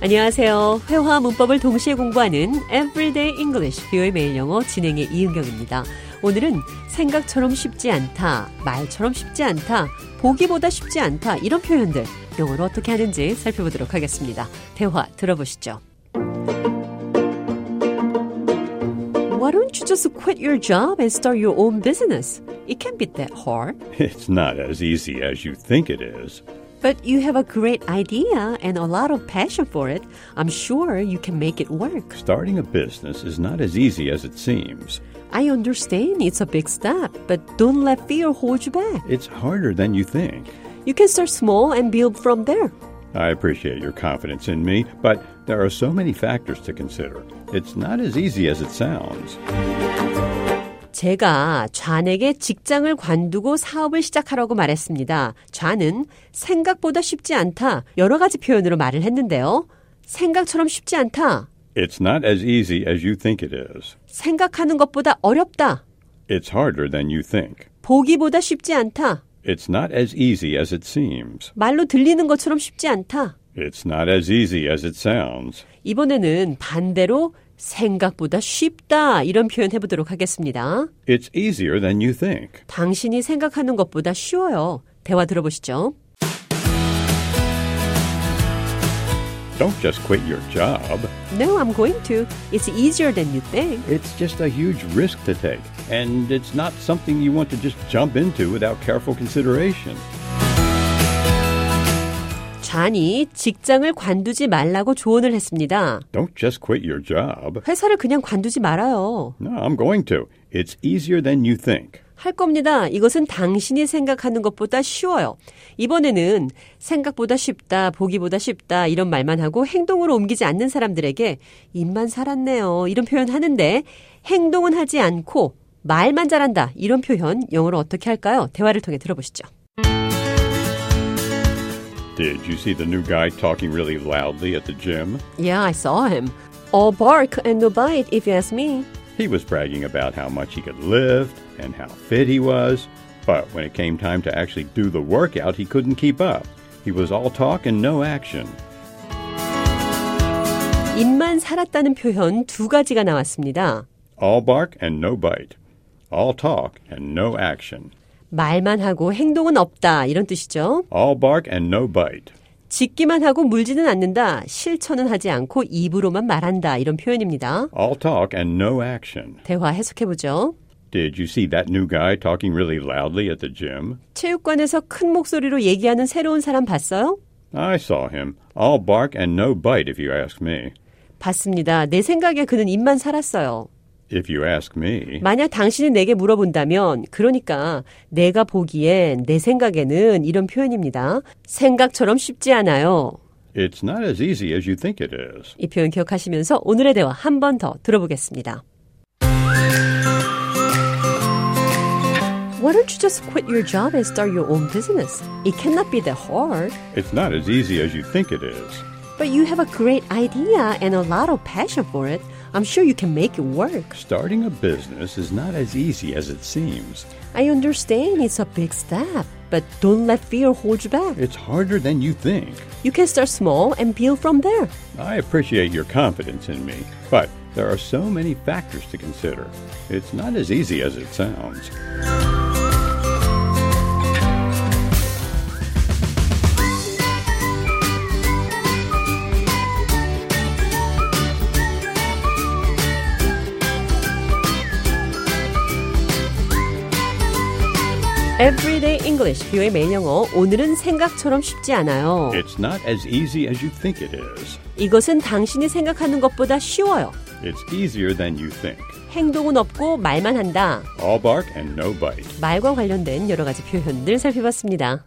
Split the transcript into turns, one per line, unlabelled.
안녕하세요. 회화 문법을 동시에 공부하는 Everyday English 뷰의 매일 영어 진행의 이은경입니다. 오늘은 생각처럼 쉽지 않다, 말처럼 쉽지 않다, 보기보다 쉽지 않다 이런 표현들 영어로 어떻게 하는지 살펴보도록 하겠습니다. 대화 들어보시죠. Why don't you just quit your job and start your own business? It can't be that hard.
It's not as easy as you think it is.
But you have a great idea and a lot of passion for it. I'm sure you can make it work.
Starting a business is not as easy as it seems.
I understand it's a big step, but don't let fear hold you back.
It's harder than you think.
You can start small and build from there.
I appreciate your confidence in me, but there are so many factors to consider. It's not as easy as it sounds.
제가 좌에게 직장을 관두고 사업을 시작하라고 말했습니다. 좌는 생각보다 쉽지 않다. 여러 가지 표현으로 말을 했는데요. 생각처럼 쉽지 않다.
It's not as easy as you think it is.
생각하는 것보다 어렵다.
It's harder than you think.
보기보다 쉽지 않다.
It's not as easy as it seems.
말로 들리는 것처럼 쉽지 않다.
It's not as easy as it sounds.
이번에는 반대로 생각보다 쉽다. 이런 표현 해보도록 하겠습니다.
It's easier than you think.
당신이 생각하는 것보다 쉬워요. 대화 들어보시죠.
Don't just quit your job.
No, I'm going to. It's easier than you think.
It's just a huge risk to take, and it's not something you want to just jump into without careful consideration.
잔이 직장을 관두지 말라고 조언을 했습니다.
Don't just quit your job.
회사를 그냥 관두지 말아요.
No, I'm going to. It's easier than you think.
할 겁니다. 이것은 당신이 생각하는 것보다 쉬워요. 이번에는 생각보다 쉽다, 보기보다 쉽다 이런 말만 하고 행동으로 옮기지 않는 사람들에게 입만 살았네요. 이런 표현 하는데 행동은 하지 않고 말만 잘한다. 이런 표현 영어로 어떻게 할까요? 대화를 통해 들어보시죠.
Did you see the new guy talking really loudly at the gym?
Yeah, I saw him. All bark and no bite if you ask me.
He was bragging about how much he could lift and how fit he was, but when it came time to actually do the workout, he couldn't keep up. He was all talk and no action.
입만 살았다는 표현 두 가지가 나왔습니다.
All bark and no bite. All talk and no action.
말만 하고 행동은 없다. 이런 뜻이죠.
All bark and no bite.
짓기만 하고 물지는 않는다. 실천은 하지 않고 입으로만 말한다. 이런 표현입니다.
All talk and no action.
대화 해석해보죠.
Did you see that new guy talking really loudly at the gym?
체육관에서 큰 목소리로 얘기하는 새로운 사람 봤어요?
I saw him. All bark and no bite, if you ask me.
봤습니다. 내 생각에 그는 입만 살았어요.
If you ask me,
만약 당신이 내게 물어본다면, 그러니까 내가 보기엔 내 생각에는 이런 표현입니다. 생각처럼 쉽지 않아요.
it's not as easy as you think it is.
이 표현 기억하시면서 오늘의 대화 한 번 더 들어보겠습니다. Why don't you just quit your job and start your own business? It cannot be that hard.
It's not as easy as you think it is.
But you have a great idea and a lot of passion for it. I'm sure you can make it work.
Starting a business is not as easy as it seems.
I understand it's a big step, but don't let fear hold you back.
It's harder than you think.
You can start small and build from there.
I appreciate your confidence in me, but there are so many factors to consider. It's not as easy as it sounds.
Everyday English, 뷰의 매일 영어. 오늘은 생각처럼 쉽지 않아요.
It's not as easy as you think it is.
이것은 당신이 생각하는 것보다 쉬워요.
It's easier than you think.
행동은 없고 말만 한다.
All bark and no bite.
말과 관련된 여러 가지 표현들 살펴봤습니다.